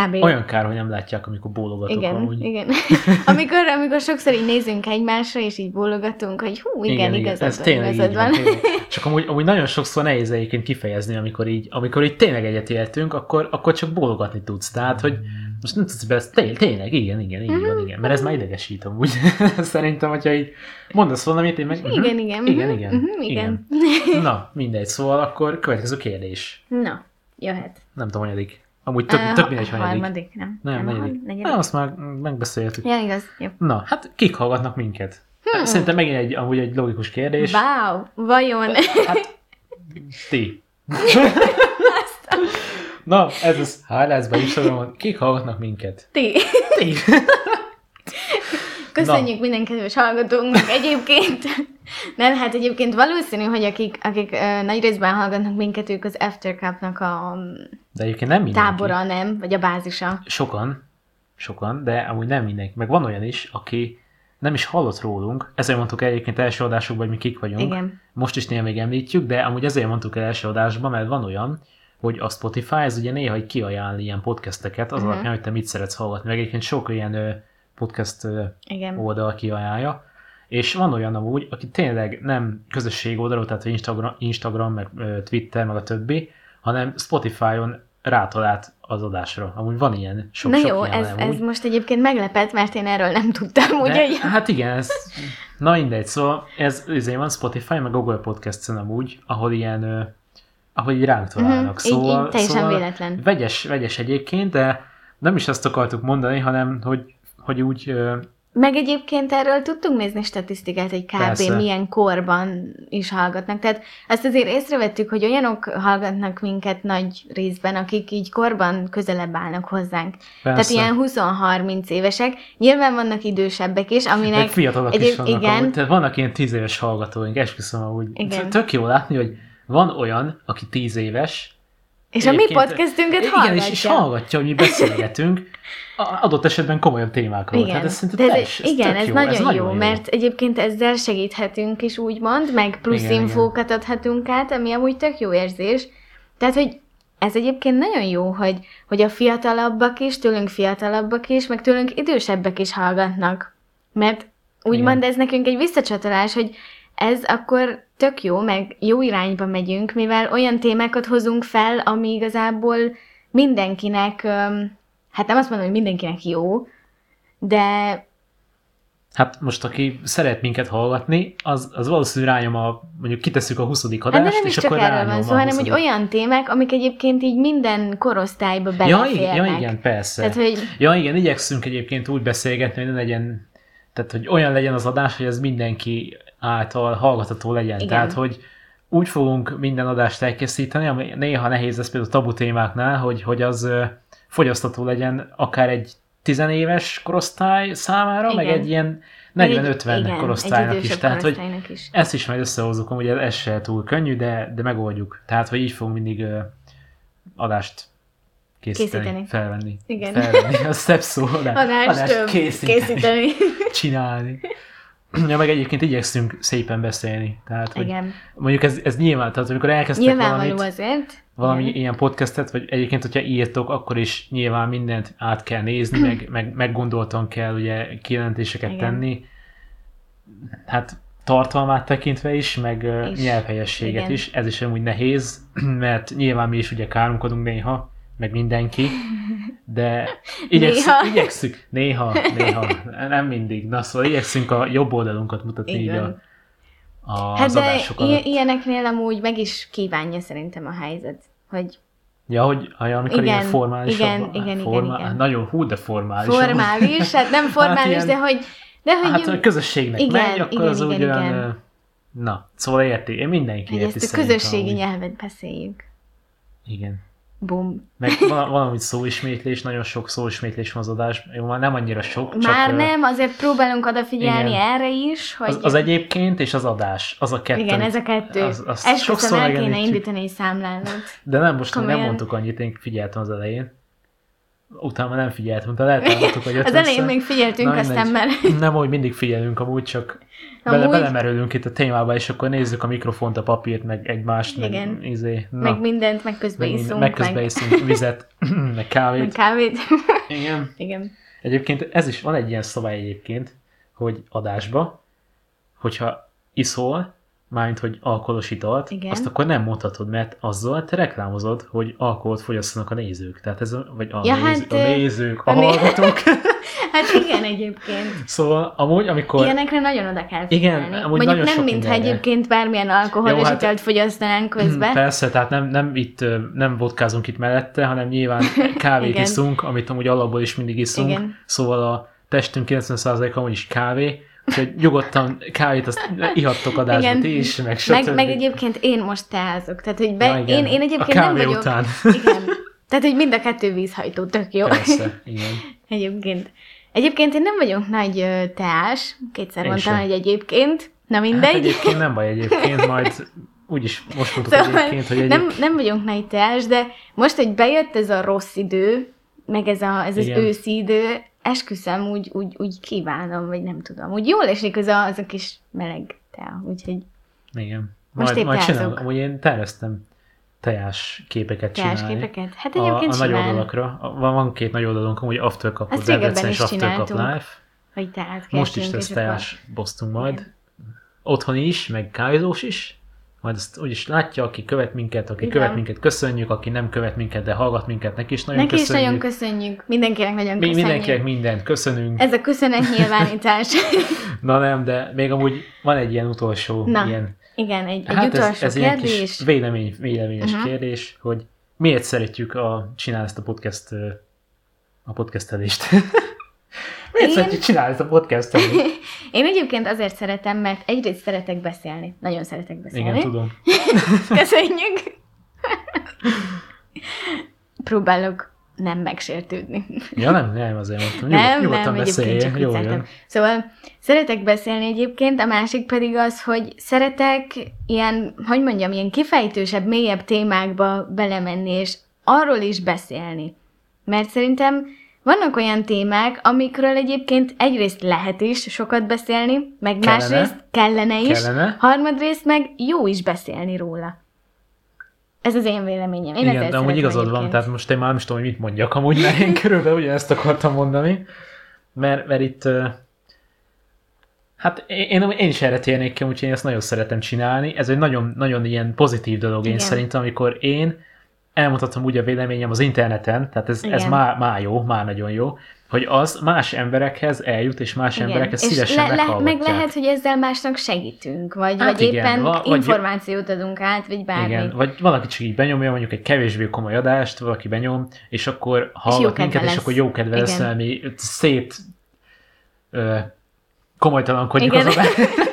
Speaker 2: Kb.
Speaker 1: Olyan kár, hogy nem látják, amikor bólogatok
Speaker 2: igen,
Speaker 1: amúgy.
Speaker 2: igen. amikor, amikor sokszor így nézünk egymásra, és így bólogatunk, hogy hú, igen, igen igazad
Speaker 1: ez
Speaker 2: van,
Speaker 1: tényleg
Speaker 2: igazad
Speaker 1: így van.
Speaker 2: van.
Speaker 1: tényleg. Csak amúgy, amúgy nagyon sokszor nehéz egyébként kifejezni, amikor így, amikor így tényleg egyetértünk, akkor, akkor csak bólogatni tudsz. Tehát, hogy most nem tudsz be, ez tény- tényleg, igen, igen, igen, igen, igen. Mert ez már idegesít amúgy. Szerintem, hogyha így mondasz valamit, én meg...
Speaker 2: igen, igen,
Speaker 1: igen,
Speaker 2: mhm,
Speaker 1: igen,
Speaker 2: mhm,
Speaker 1: igen.
Speaker 2: igen.
Speaker 1: Na, mindegy. Szóval akkor következő kérdés.
Speaker 2: Na, jöhet.
Speaker 1: Nem tudom, hanyadik. Amúgy több,
Speaker 2: Ö,
Speaker 1: több mindegy,
Speaker 2: ha-
Speaker 1: hanyadik.
Speaker 2: Harmadik, nem.
Speaker 1: Nem,
Speaker 2: a
Speaker 1: negyedik. Ah.
Speaker 2: har-
Speaker 1: Nem, azt már megbeszéltük.
Speaker 2: Ja, igaz. Jó.
Speaker 1: Na, hát kik hallgatnak minket? Hmm. Szerintem megint egy, amúgy egy logikus kérdés.
Speaker 2: Wow, vajon...
Speaker 1: Hát, ti. Na, ez az highlights-ba Instagramon. Kik hallgatnak minket?
Speaker 2: Ti.
Speaker 1: Ti.
Speaker 2: Köszönjük Na. minden kedves hallgatónknak egyébként. Nem, hát egyébként valószínű, hogy akik, akik ö, nagy részben hallgatnak minket, ők az After Cup-nak a mm,
Speaker 1: De egyébként nem mindenki.
Speaker 2: tábora, nem? Vagy a bázisa.
Speaker 1: Sokan, sokan, de amúgy nem mindenki. Meg van olyan is, aki nem is hallott rólunk. Ezért mondtuk el egyébként első adásokban, hogy mi kik vagyunk.
Speaker 2: Igen.
Speaker 1: Most is néha még említjük, de amúgy ezért mondtuk el első adásban, mert van olyan, hogy a Spotify, ez ugye néha egy kiajánl ilyen podcasteket, az
Speaker 2: Mhm.
Speaker 1: uh-huh. alapján, hogy te mit szeretsz hallgatni. Meg egyébként sok ilyen ö, podcast ö,
Speaker 2: Igen.
Speaker 1: Mm. oldal kiajánlja, és van olyan amúgy, aki tényleg nem közösség oldalról, tehát hogy Instagram, Instagram meg ö, Twitter, meg a többi, hanem Spotify-on rátalált az adásra. Amúgy van ilyen, sok,
Speaker 2: Na
Speaker 1: sok
Speaker 2: jó,
Speaker 1: ilyen
Speaker 2: ez,
Speaker 1: amúgy.
Speaker 2: ez most egyébként meglepett, mert én erről nem tudtam, úgyhogy...
Speaker 1: De, hát igen, ez... Na mindegy, szóval ez izé van Spotify, meg Google Podcast-en amúgy, ahol ilyen, ö, ahol így ránk találnak. Szóval-
Speaker 2: Mhm, így- így teljesen véletlen.
Speaker 1: Vegyes, vegyes egyébként, de nem is ezt akartuk mondani, hanem hogy, hogy úgy ö,
Speaker 2: Meg egyébként erről tudtunk nézni statisztikát, hogy kb.
Speaker 1: Persze.
Speaker 2: milyen korban is hallgatnak. Tehát azt azért észrevettük, hogy olyanok hallgatnak minket nagy részben, akik így korban közelebb állnak hozzánk.
Speaker 1: Persze.
Speaker 2: Tehát ilyen 20-30 évesek. Nyilván vannak idősebbek is, aminek...
Speaker 1: Meg fiatalok is
Speaker 2: egyéb-
Speaker 1: vannak,
Speaker 2: igen.
Speaker 1: igen. Amúgy, tehát vannak ilyen tíz éves hallgatóink, esküszöm, amúgy.
Speaker 2: Igen.
Speaker 1: Tök jó látni, hogy van olyan, aki tíz éves,
Speaker 2: És a mi
Speaker 1: egyébként-
Speaker 2: podcastünket
Speaker 1: igen,
Speaker 2: hallgatja.
Speaker 1: és, és hallgatja, hogy mi beszélgetünk, a- adott esetben komolyabb témákról.
Speaker 2: Igen,
Speaker 1: Hát ez szerintem
Speaker 2: De ez,
Speaker 1: teljes, ez
Speaker 2: igen,
Speaker 1: tök
Speaker 2: ez,
Speaker 1: jó,
Speaker 2: nagyon,
Speaker 1: ez
Speaker 2: jó, mert egyébként ezzel segíthetünk is, úgymond, meg plusz
Speaker 1: Igen, igen.
Speaker 2: igen, infókat igen. adhatunk át, ami amúgy tök jó érzés. Tehát, hogy ez egyébként nagyon jó, hogy, hogy a fiatalabbak is, tőlünk fiatalabbak is, meg tőlünk idősebbek is hallgatnak. Mert úgymond ez nekünk egy visszacsatolás, hogy ez akkor tök jó, meg jó irányba megyünk, mivel olyan témákat hozunk fel, ami igazából mindenkinek, öm, hát nem azt mondom, hogy mindenkinek jó, de
Speaker 1: Hát most, aki szeret minket hallgatni, az, az valószínűleg rányom a, mondjuk kitesszük a 20. adást,
Speaker 2: Hát de nem
Speaker 1: és
Speaker 2: is csak
Speaker 1: akkor
Speaker 2: erről
Speaker 1: rányom
Speaker 2: van
Speaker 1: a
Speaker 2: szó, hanem
Speaker 1: 20..
Speaker 2: hogy olyan témák, amik egyébként így minden korosztályba
Speaker 1: Ja,
Speaker 2: beleférnek.
Speaker 1: igen, ja, igen, persze.
Speaker 2: Tehát, hogy
Speaker 1: Ja, igen, igyekszünk egyébként úgy beszélgetni, hogy ne legyen, tehát hogy olyan legyen az adás, hogy ez mindenki által hallgatható legyen.
Speaker 2: Igen.
Speaker 1: Tehát, hogy úgy fogunk minden adást elkészíteni, ami néha nehéz lesz például tabu témáknál, hogy, hogy az ö, fogyasztható legyen akár egy tizenéves korosztály számára, meg
Speaker 2: Igen.
Speaker 1: egy ilyen
Speaker 2: meg egy-
Speaker 1: 40-50
Speaker 2: igen,
Speaker 1: korosztálynak
Speaker 2: egy
Speaker 1: is.
Speaker 2: idősebb
Speaker 1: Tehát, hogy
Speaker 2: korosztálynak is.
Speaker 1: ezt is majd összehozunk, amúgy ez, ez se túl könnyű, de, de megoldjuk. Tehát, hogy így fogunk mindig ö, adást készíteni,
Speaker 2: Készíteni.
Speaker 1: felvenni.
Speaker 2: Igen.
Speaker 1: Felvenni, a szebb szó. adá-
Speaker 2: Adást
Speaker 1: készíteni,
Speaker 2: készíteni. készíteni.
Speaker 1: csinálni. Ja, meg egyébként igyekszünk szépen beszélni. Tehát, hogy
Speaker 2: Igen.
Speaker 1: mondjuk ez, ez nyilván, tehát amikor elkezdtek
Speaker 2: Nyilvánvaló
Speaker 1: valamit,
Speaker 2: azért.
Speaker 1: valami
Speaker 2: Igen.
Speaker 1: ilyen podcastet, vagy egyébként, hogyha írtok, akkor is nyilván mindent át kell nézni, meg, meg meggondoltan kell ugye kijelentéseket
Speaker 2: Igen.
Speaker 1: tenni. Hát tartalmát tekintve is, meg ö,
Speaker 2: És-
Speaker 1: nyelvhelyességet
Speaker 2: igen.
Speaker 1: is, ez is amúgy nehéz, mert nyilván mi is ugye káromkodunk néha, meg mindenki, de igyeksz,
Speaker 2: Néha.
Speaker 1: igyekszünk, néha, néha, nem mindig, na szóval igyekszünk a jobb oldalunkat mutatni így,
Speaker 2: Így
Speaker 1: a,
Speaker 2: van.
Speaker 1: a,
Speaker 2: Hát
Speaker 1: az
Speaker 2: de
Speaker 1: adások
Speaker 2: i-
Speaker 1: alatt.
Speaker 2: ilyeneknél amúgy meg is kívánja szerintem a helyzet, hogy
Speaker 1: Ja, hogy ha, amikor
Speaker 2: Igen,
Speaker 1: ilyen formális.
Speaker 2: igen, igen, igen, igen.
Speaker 1: Nagyon hú, de formális.
Speaker 2: formális, hát nem formális,
Speaker 1: ilyen-
Speaker 2: de hogy, de hogy
Speaker 1: Hát, hogy közösségnek igen,
Speaker 2: Igen,
Speaker 1: megy, akkor
Speaker 2: igen,
Speaker 1: az
Speaker 2: igen,
Speaker 1: úgy olyan...
Speaker 2: igen.
Speaker 1: ö, Na, szóval érti, én mindenki
Speaker 2: hogy
Speaker 1: érti
Speaker 2: ezt a
Speaker 1: szerintem
Speaker 2: közösségi
Speaker 1: amúgy.
Speaker 2: nyelvet beszéljük.
Speaker 1: Igen.
Speaker 2: Bum.
Speaker 1: Meg vala- valami szóismétlés, nagyon sok szóismétlés van az adás. Jó, már nem annyira sok, csak
Speaker 2: Már
Speaker 1: ö,
Speaker 2: nem, azért próbálunk odafigyelni
Speaker 1: igen.
Speaker 2: erre is, hogy...
Speaker 1: Az, az egyébként és az adás, az a kettő.
Speaker 2: Igen,
Speaker 1: amit-
Speaker 2: ez a kettő.
Speaker 1: Az, azt
Speaker 2: Ezt
Speaker 1: sokszor
Speaker 2: sokszor el kéne
Speaker 1: megemlítjük.
Speaker 2: indítani egy számlálót.
Speaker 1: De nem, most nem
Speaker 2: Komolyan.
Speaker 1: mondtuk annyit, én figyeltem az elején. utána nem figyeltem, de lehet hallottuk, hogy jött
Speaker 2: Az
Speaker 1: össze.
Speaker 2: elején még figyeltünk,
Speaker 1: Na,
Speaker 2: aztán már...
Speaker 1: mindegy. Nem, hogy mindig figyelünk, amúgy csak bele,
Speaker 2: Amúgy-
Speaker 1: belemerülünk itt a témába, és akkor nézzük a mikrofont, a papírt, meg egymást,
Speaker 2: Igen.
Speaker 1: meg izé. Na,
Speaker 2: Meg mindent, meg közben
Speaker 1: meg,
Speaker 2: iszunk,
Speaker 1: minden- meg közben iszunk vizet, meg kávét.
Speaker 2: meg kávét.
Speaker 1: Igen.
Speaker 2: Igen.
Speaker 1: Egyébként ez is van egy ilyen szabály egyébként, hogy adásba, hogyha iszol, mármint, hogy alkoholos italt,
Speaker 2: Igen.
Speaker 1: azt akkor nem mondhatod, mert azzal te reklámozod, hogy alkoholt fogyasszanak a nézők. Tehát ez, a- vagy a,
Speaker 2: Ja,
Speaker 1: ja, néző,
Speaker 2: hát,
Speaker 1: hát, a
Speaker 2: ö,
Speaker 1: nézők, a
Speaker 2: a né-
Speaker 1: hallgatók.
Speaker 2: Hát igen, egyébként.
Speaker 1: Szóval amúgy, amikor...
Speaker 2: Ilyenekre nagyon oda kell
Speaker 1: Igen,
Speaker 2: figyelni.
Speaker 1: amúgy
Speaker 2: Mondjuk
Speaker 1: nagyon
Speaker 2: nem
Speaker 1: sok
Speaker 2: mintha
Speaker 1: mindenre.
Speaker 2: egyébként bármilyen alkoholos
Speaker 1: Jó, hát- Hmm,
Speaker 2: italt fogyasztanánk közben.
Speaker 1: Hm, Persze, tehát nem, nem itt ö, nem vodkázunk itt mellette, hanem nyilván kávét
Speaker 2: Igen.
Speaker 1: iszunk, amit amúgy alapból is mindig iszunk,
Speaker 2: Igen.
Speaker 1: szóval a testünk 90%-a amúgy is kávé, úgyhogy nyugodtan kávét azt ihattok adásba
Speaker 2: Igen.
Speaker 1: ti is, meg
Speaker 2: Meg,
Speaker 1: stb.
Speaker 2: meg egyébként én most teázok. Tehát, hogy be,
Speaker 1: Ja, igen.
Speaker 2: én, én egyébként
Speaker 1: a
Speaker 2: nem
Speaker 1: kávé
Speaker 2: vagyok.
Speaker 1: után.
Speaker 2: Igen. Tehát, hogy mind a kettő vízhajtó, tök jó.
Speaker 1: Persze, igen.
Speaker 2: Egyébként. Egyébként én nem vagyok nagy ö, teás. Kétszer
Speaker 1: Én
Speaker 2: mondtam,
Speaker 1: sem.
Speaker 2: hogy egyébként. Na
Speaker 1: Hát
Speaker 2: mindegy.
Speaker 1: egyébként nem baj egyébként, majd úgyis most mondtuk
Speaker 2: Szóval
Speaker 1: egyébként, hogy egyébként
Speaker 2: nem, nem vagyunk nagy teás, de most, hogy bejött ez a rossz idő, meg ez, a, ez az
Speaker 1: Igen.
Speaker 2: őszi idő, esküszöm, úgy, úgy, úgy kívánom, vagy nem tudom. Úgy jól esik az a, az a kis meleg tea, úgyhogy
Speaker 1: Igen.
Speaker 2: Most
Speaker 1: Majd,
Speaker 2: épp
Speaker 1: majd
Speaker 2: játszok.
Speaker 1: csinálom. Amúgy én terveztem tejás képeket
Speaker 2: teás
Speaker 1: csinálni.
Speaker 2: képeket. Hát
Speaker 1: A,
Speaker 2: egyébként
Speaker 1: a nagy
Speaker 2: simán,
Speaker 1: oldalakra. A- Van, van két nagy oldalunk, amúgy After Cup,
Speaker 2: Azt
Speaker 1: az Debrecen
Speaker 2: régebben
Speaker 1: és
Speaker 2: is
Speaker 1: After Cup
Speaker 2: csináltunk.
Speaker 1: Live.
Speaker 2: hogy teát
Speaker 1: Most is
Speaker 2: keltünk,
Speaker 1: lesz
Speaker 2: és akkor-
Speaker 1: teás boztunk majd. Otthon is, meg kávézós is. Majd azt úgyis látja, aki követ minket, aki
Speaker 2: Igen.
Speaker 1: követ minket, köszönjük, aki nem követ minket, de hallgat minket, neki is nagyon
Speaker 2: Neki is
Speaker 1: köszönjük.
Speaker 2: nagyon köszönjük. Mindenkinek nagyon
Speaker 1: Mi,
Speaker 2: köszönjük.
Speaker 1: mindenkinek mindent köszönünk.
Speaker 2: Ez a köszönet nyilvánítás.
Speaker 1: Na nem, de még amúgy van egy ilyen utolsó,
Speaker 2: Na,
Speaker 1: ilyen,
Speaker 2: Igen, egy, egy
Speaker 1: hát ez,
Speaker 2: utolsó
Speaker 1: ez ilyen
Speaker 2: kérdés.
Speaker 1: kis vélemény, véleményes
Speaker 2: Mhm.
Speaker 1: uh-huh. kérdés, hogy miért szeretjük a, csinálni ezt a podcast ö, a podcastelést. miért
Speaker 2: Én-
Speaker 1: szeretjük csinálni ezt a podcastelést?
Speaker 2: Én egyébként azért szeretem, mert egyrészt szeretek beszélni. Nagyon szeretek beszélni.
Speaker 1: Igen, tudom.
Speaker 2: Köszönjük! Próbálok nem megsértődni.
Speaker 1: Ja, nem, nem azért mondtam.
Speaker 2: nem,
Speaker 1: nyugodtan
Speaker 2: nem, egyébként
Speaker 1: beszélj,
Speaker 2: csak
Speaker 1: jól
Speaker 2: vicceltem.
Speaker 1: jön.
Speaker 2: Szóval szeretek beszélni egyébként, a másik pedig az, hogy szeretek ilyen, hogy mondjam, ilyen kifejtősebb, mélyebb témákba belemenni, és arról is beszélni. Mert szerintem vannak olyan témák, amikről egyébként egyrészt lehet is sokat beszélni, meg
Speaker 1: Kellene.
Speaker 2: másrészt kellene is,
Speaker 1: Kellene.
Speaker 2: harmadrészt meg jó is beszélni róla. Ez az én véleményem. Én
Speaker 1: Igen,
Speaker 2: ezért
Speaker 1: de amúgy
Speaker 2: szeretem
Speaker 1: igazad van,
Speaker 2: egyébként.
Speaker 1: tehát most én már nem is tudom, hogy mit mondjak amúgy, mert én körülbelül ugyanezt akartam mondani. Mert, mert itt, ö, hát én, én is erre térnék ki, úgyhogy én ezt nagyon szeretem csinálni. Ez egy nagyon, nagyon ilyen pozitív dolog
Speaker 2: Igen.
Speaker 1: én szerintem, amikor én elmutatom úgy a véleményem az interneten, tehát ez, ez
Speaker 2: Igen.
Speaker 1: már, már jó, már nagyon jó, hogy az más emberekhez eljut, és más
Speaker 2: Igen.
Speaker 1: emberekhez szívesen
Speaker 2: le- le, meg
Speaker 1: meghallgatják.
Speaker 2: lehet, hogy ezzel másnak segítünk, vagy,
Speaker 1: Hát
Speaker 2: vagy
Speaker 1: igen,
Speaker 2: éppen
Speaker 1: va- vagy-
Speaker 2: információt adunk át, vagy bármi.
Speaker 1: Igen, vagy valaki csak így benyomja mondjuk egy kevésbé komoly adást, valaki benyom, és akkor hallgat
Speaker 2: kedve
Speaker 1: minket, és
Speaker 2: lesz.
Speaker 1: akkor jó kedve lesz,
Speaker 2: Igen.
Speaker 1: ami szét ö, komolytalankodjuk
Speaker 2: Igen.
Speaker 1: az adást.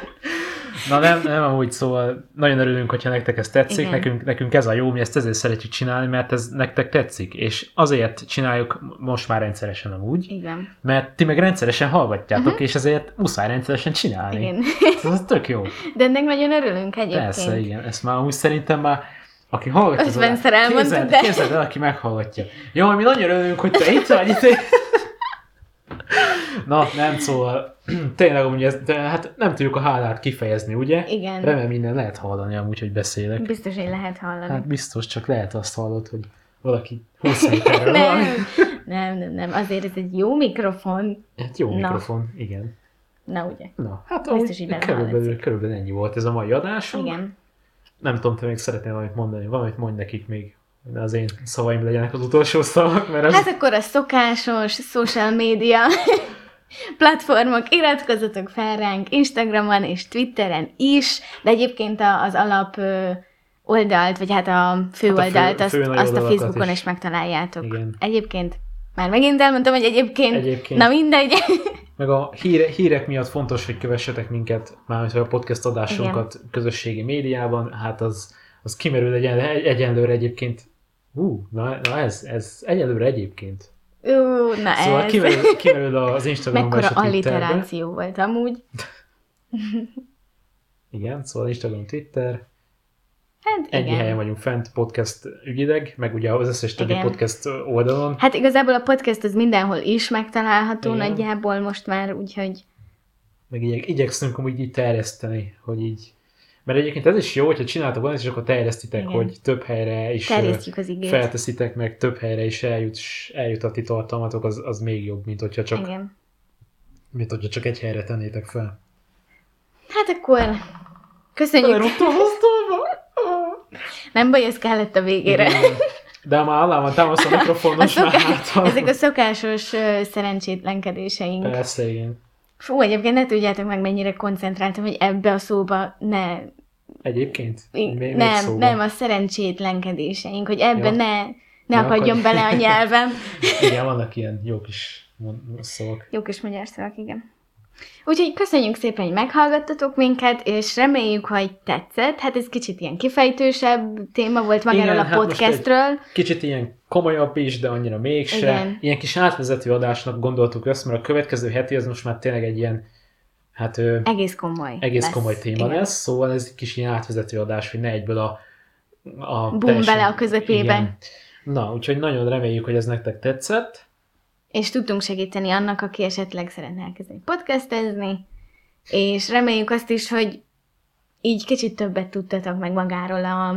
Speaker 1: Na nem, nem amúgy, szóval nagyon örülünk, hogyha nektek ez tetszik,
Speaker 2: Igen.
Speaker 1: nekünk, nekünk ez a jó, mi ezt ezért szeretjük csinálni, mert ez nektek tetszik, és azért csináljuk most már rendszeresen amúgy,
Speaker 2: Igen.
Speaker 1: mert ti meg rendszeresen hallgatjátok, és ezért muszáj rendszeresen csinálni.
Speaker 2: Mhm. Igen.
Speaker 1: Szóval ez tök jó.
Speaker 2: De ennek nagyon örülünk egyébként.
Speaker 1: Persze, igen. Ezt már úgy szerintem már, aki hallgatja... az
Speaker 2: Ötvenszer
Speaker 1: adást,
Speaker 2: elmondtuk,
Speaker 1: képzeld-
Speaker 2: de-
Speaker 1: Képzeld el, aki meghallgatja. Jó, mi nagyon örülünk, hogy te itt vagy. Itt... Na, nem, szóval tényleg amúgy ez, de hát nem tudjuk a hálát kifejezni, ugye?
Speaker 2: Igen.
Speaker 1: Remélem minden lehet hallani amúgy, hogy beszélek.
Speaker 2: Biztos, hogy lehet hallani.
Speaker 1: Hát biztos, csak lehet azt hallod, hogy valaki 20 méterről van.
Speaker 2: nem. nem, nem, nem. Azért ez egy jó mikrofon.
Speaker 1: Hát jó
Speaker 2: Na.
Speaker 1: mikrofon, igen.
Speaker 2: Na ugye?
Speaker 1: Na, hát
Speaker 2: Biztos,
Speaker 1: amúgy
Speaker 2: hogy benne
Speaker 1: körülbelül,
Speaker 2: hallatszik.
Speaker 1: körülbelül ennyi volt ez a mai adásunk.
Speaker 2: Igen.
Speaker 1: Nem tudom, te még szeretnél valamit mondani, valamit mondj nekik még, de az én szavaim legyenek az utolsó szavak, mert az...
Speaker 2: Hát akkor a szokásos social media platformok, iratkozzatok fel ránk Instagramon és Twitteren is, de egyébként a- az alap ö, oldalt, vagy hát a fő
Speaker 1: Hát a fő-
Speaker 2: oldalt, azt,
Speaker 1: fő nagy
Speaker 2: azt a
Speaker 1: oldalakat
Speaker 2: Facebookon is,
Speaker 1: is.
Speaker 2: megtaláljátok.
Speaker 1: Igen.
Speaker 2: Egyébként, már megint elmondtam, hogy egyébként,
Speaker 1: Egyébként.
Speaker 2: na mindegy,
Speaker 1: Meg a híre, hírek miatt fontos, hogy kövessetek minket, mármint a podcast adásunkat Igen. közösségi médiában, hát az, az kimerül egyen, egyenlőre egyébként. Ú, na, na ez, ez egyenlőre egyébként.
Speaker 2: Ú, na
Speaker 1: Szóval
Speaker 2: ez,
Speaker 1: kimerül, kimerül az Instagramban és
Speaker 2: mekkora
Speaker 1: a Twitterben.
Speaker 2: alliteráció volt amúgy.
Speaker 1: Igen, szóval Instagram, Twitter,
Speaker 2: Hát fent?
Speaker 1: Ennyi helyen vagyunk fent, podcast ügyileg, meg ugye az összes többi
Speaker 2: Igen.
Speaker 1: podcast oldalon.
Speaker 2: Hát igazából a podcast az mindenhol is megtalálható
Speaker 1: Igen.
Speaker 2: nagyjából most már, úgyhogy
Speaker 1: meg igyek, igyekszünk amúgy így terjeszteni, hogy így... Mert egyébként ez is jó, hogyha csináltok valamit, és akkor terjesztitek,
Speaker 2: Igen.
Speaker 1: Igen. hogy több helyre is ö,
Speaker 2: terjesztjük az igét.
Speaker 1: felteszitek, meg több helyre is eljut, eljut a ti tartalmatok, az, az még jobb, mint hogyha, csak,
Speaker 2: Igen.
Speaker 1: mint hogyha csak egy helyre tennétek fel.
Speaker 2: Hát akkor köszönjük.
Speaker 1: Belerúgtam asztalba!
Speaker 2: Nem baj, ez kellett a végére.
Speaker 1: Igen. De már alá van támasztva a mikrofon,
Speaker 2: A
Speaker 1: most már
Speaker 2: szokás,
Speaker 1: hátam.
Speaker 2: ezek a szokásos ö, szerencsétlenkedéseink.
Speaker 1: Persze, igen.
Speaker 2: Fú, egyébként ne tudjátok meg, mennyire koncentráltam, hogy ebbe a szóba ne...
Speaker 1: Egyébként?
Speaker 2: í-
Speaker 1: Még- még
Speaker 2: nem,
Speaker 1: szóban.
Speaker 2: nem, a szerencsétlenkedéseink, hogy ebbe
Speaker 1: Ja.
Speaker 2: ne, ne
Speaker 1: Ne
Speaker 2: akadjon
Speaker 1: akadj.
Speaker 2: bele a nyelvem.
Speaker 1: Igen, vannak ilyen jó kis mon- szavak.
Speaker 2: Jó kis magyar szavak, igen. Úgyhogy köszönjük szépen, hogy meghallgattatok minket, és reméljük, hogy tetszett. Hát ez kicsit ilyen kifejtősebb téma volt magáról
Speaker 1: Igen,
Speaker 2: a
Speaker 1: hát most egy-
Speaker 2: podcastről.
Speaker 1: Kicsit ilyen komolyabb is, de annyira mégse.
Speaker 2: Igen.
Speaker 1: Ilyen kis átvezető adásnak gondoltuk ezt, mert a következő heti az most már tényleg egy ilyen, hát ö,
Speaker 2: Egész komoly.
Speaker 1: egész
Speaker 2: lesz.
Speaker 1: komoly téma
Speaker 2: Igen.
Speaker 1: lesz, szóval ez egy kis ilyen átvezető adás, hogy ne egyből a... a
Speaker 2: Bum, bele a közepébe.
Speaker 1: Igen. Na, úgyhogy nagyon reméljük, hogy ez nektek tetszett.
Speaker 2: És tudtunk segíteni annak, aki esetleg szeretne elkezdeni podcastezni, és reméljük azt is, hogy így kicsit többet tudtatok meg magáról a,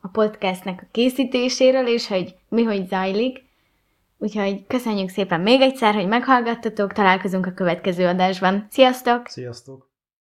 Speaker 2: a podcastnek a készítéséről, és hogy mi hogy zajlik. Úgyhogy köszönjük szépen még egyszer, hogy meghallgattatok, találkozunk a következő adásban. Sziasztok!
Speaker 1: Sziasztok!